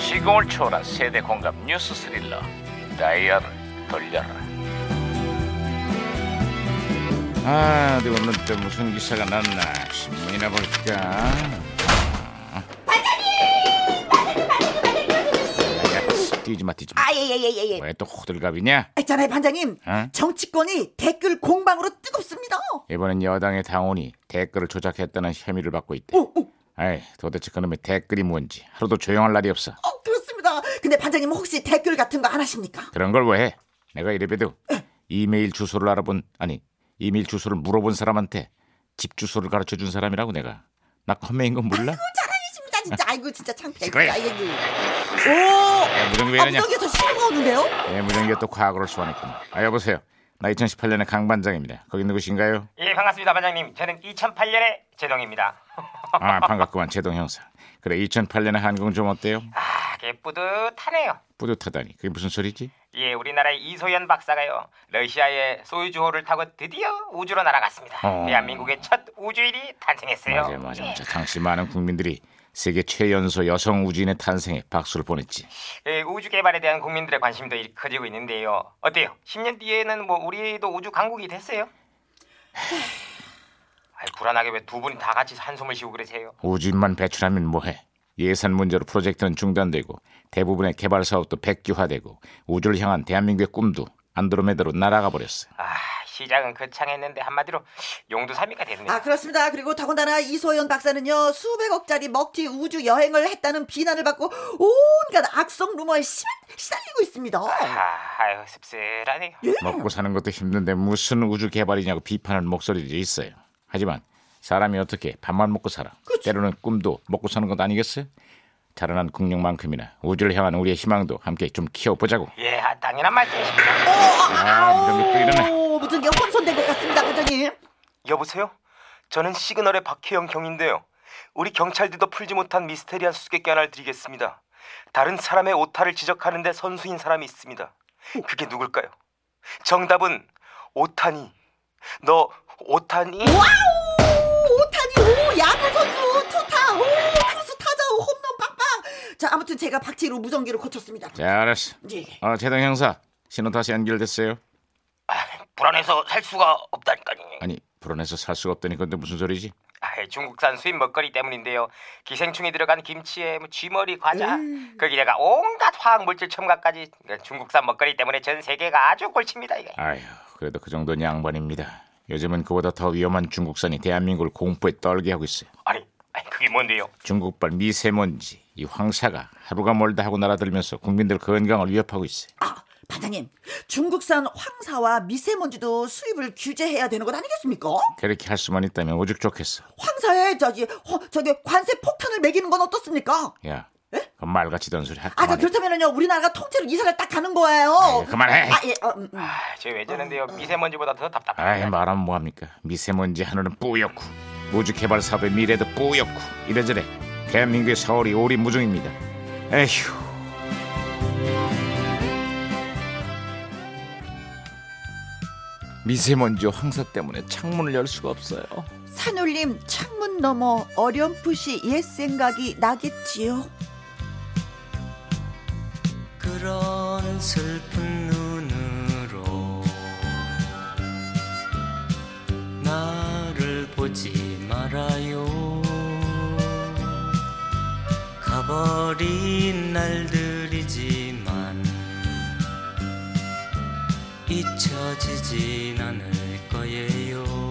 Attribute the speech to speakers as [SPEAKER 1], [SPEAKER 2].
[SPEAKER 1] 시공을 초월한 세대 공감 뉴스 스릴러 다이얼을 돌려라 아 어디 오늘 또 무슨 기사가 났나 신문이나 볼까 아, 반장님 뛰지마 뛰지마
[SPEAKER 2] 아, 예, 예, 예, 예, 예.
[SPEAKER 1] 왜 또 호들갑이냐
[SPEAKER 2] 아, 있잖아요, 반장님.
[SPEAKER 1] 어?
[SPEAKER 2] 정치권이 댓글 공방으로 뜨겁습니다.
[SPEAKER 1] 이번엔 여당의 당원이 댓글을 조작했다는 혐의를 받고 있대
[SPEAKER 2] 오, 오,
[SPEAKER 1] 아이 도대체 그놈의 댓글이 뭔지 하루도 조용할 날이 없어
[SPEAKER 2] 어, 그렇습니다. 근데 반장님 혹시 댓글 같은 거 안 하십니까? 어,
[SPEAKER 1] 그런 걸 왜 해? 내가 이래봬도 이메일 주소를 알아본 아니 이메일 주소를 물어본 사람한테 집 주소를 가르쳐 준 사람이라고 내가 나 컴맹인 건 몰라?
[SPEAKER 2] 자랑이십니다, 진짜. 아이고, 진짜 창피해.
[SPEAKER 1] 시끄러워.
[SPEAKER 2] 아이고. 오,
[SPEAKER 1] 야, 무전기 왜
[SPEAKER 2] 아,
[SPEAKER 1] 이러냐?
[SPEAKER 2] 무더기에서 신호가 오는데요?
[SPEAKER 1] 예, 무전기가 또 과거를 소환했군. 아 여보세요. 나 2018년의 강 반장입니다. 거기 누구신가요?
[SPEAKER 3] 예 반갑습니다 반장님 저는 2008년의 제동입니다
[SPEAKER 1] 아 반갑구만 제동 형사. 그래 2008년의 한국 좀 어때요?
[SPEAKER 3] 아 그게 뿌듯하네요
[SPEAKER 1] 뿌듯하다니. 그게 무슨 소리지?
[SPEAKER 3] 예 우리나라의 이소연 박사가요 러시아의 소유주호를 타고 드디어 우주로 날아갔습니다
[SPEAKER 1] 어.
[SPEAKER 3] 대한민국의 첫 우주인이 탄생했어요
[SPEAKER 1] 맞아요, 맞아요.
[SPEAKER 3] 예.
[SPEAKER 1] 맞아. 당시 많은 국민들이 세계 최연소 여성 우주인의 탄생에 박수를 보냈지.
[SPEAKER 3] 예, 우주 개발에 대한 국민들의 관심도 이- 커지고 있는데요 어때요 10년 뒤에는 뭐 우리도 우주 강국이 됐어요? 아이, 불안하게 왜 두 분이 다 같이 한숨을 쉬고 그러세요
[SPEAKER 1] 우주인만 배출하면 뭐해? 예산 문제로 프로젝트는 중단되고 대부분의 개발 사업도 백지화되고 우주를 향한 대한민국의 꿈도 안드로메다로 날아가 버렸어요.
[SPEAKER 3] 아 시작은 거창했는데 한마디로 용두사미가 됐네요
[SPEAKER 2] 아, 그렇습니다. 그리고 더군다나 이소연 박사는요, 수백억짜리 먹튀 우주 여행을 했다는 비난을 받고 온갖 악성 루머에 시, 시달리고 있습니다.
[SPEAKER 3] 아, 아유 씁쓸하네요
[SPEAKER 1] 먹고 사는 것도 힘든데 무슨 우주 개발이냐고 비판하는 목소리도 있어요. 하지만 사람이 어떻게 밥만 먹고 살아? 때로는 꿈도 먹고 사는 것 아니겠어요? 자라난 국력만큼이나 우주를 향한 우리의 희망도 함께 좀 키워보자고.
[SPEAKER 3] 예, 아, 당연한 말씀이십니다.
[SPEAKER 1] 아, 무전기 또 이러네.
[SPEAKER 2] 오, 무슨 게 혼선된 것 같습니다, 반장님.
[SPEAKER 3] 여보세요? 저는 시그널의 박혜영 경인데요. 우리 경찰들도 풀지 못한 미스테리한 수수께끼 하나를 드리겠습니다. 다른 사람의 오타를 지적하는데 선수인 사람이 있습니다. 그게 누굴까요? 정답은 오타니. 너 오타니?
[SPEAKER 2] 오타니 오 야구 선수 투타 오 투수 타자 오 홈런 빵빵 자 아무튼 제가 박치로 무전기를 고쳤습니다
[SPEAKER 1] 자, 알았어.
[SPEAKER 2] 예, 예.
[SPEAKER 1] 어, 제동 형사 신호 다시 연결됐어요.
[SPEAKER 3] 아, 불안해서 살 수가 없다니까요.
[SPEAKER 1] 아니 불안해서 살 수가 없다니 근데 무슨 소리지?
[SPEAKER 3] 아, 중국산 수입 먹거리 때문인데요. 기생충이 들어간 김치에 뭐 쥐머리 과자, 거기다가 온갖 화학 물질 첨가까지 중국산 먹거리 때문에 전 세계가 아주 골칩니다 이게.
[SPEAKER 1] 아휴 그래도 그 정도는 양반입니다. 요즘은 그보다 더 위험한 중국산이 대한민국을 공포에 떨게 하고 있어요.
[SPEAKER 3] 아니, 아니 그게 뭔데요?
[SPEAKER 1] 중국발 미세먼지 이 황사가 하루가 멀다 하고 날아들면서 국민들 건강을 위협하고 있어요.
[SPEAKER 2] 아 반장님 중국산 황사와 미세먼지도 수입을 규제해야 되는 것 아니겠습니까
[SPEAKER 1] 그렇게 할 수만 있다면 오죽 좋겠어.
[SPEAKER 2] 황사에 저기 허, 저기 관세 폭탄을 매기는 건 어떻습니까 아,
[SPEAKER 1] 야, 그 말같이 던 소리 하
[SPEAKER 2] 아자
[SPEAKER 1] 그만해.
[SPEAKER 2] 그렇다면은요 우리나라가 통째로 이사를 딱 가는 거예요
[SPEAKER 1] 예, 그만해.
[SPEAKER 2] 아예 어, 음, 음.
[SPEAKER 3] 아, 저왜 저는데요 미세먼지보다 더 답답.
[SPEAKER 1] 아이 예. 말하면 뭐합니까? 미세먼지 하늘은 뿌옇고 우주 개발 사업의 미래도 뿌옇고 이래저래 대한민국의 서울이 오리무중입니다. 에휴. 미세먼지와 황사 때문에 창문을 열 수가 없어요.
[SPEAKER 2] 산울림 창문 너머 어렴풋이 옛 생각이 나겠지요
[SPEAKER 4] 그런 슬픈 눈으로 나를 보지 말아요 가버린 날들이지만 잊혀지진 않을 거예요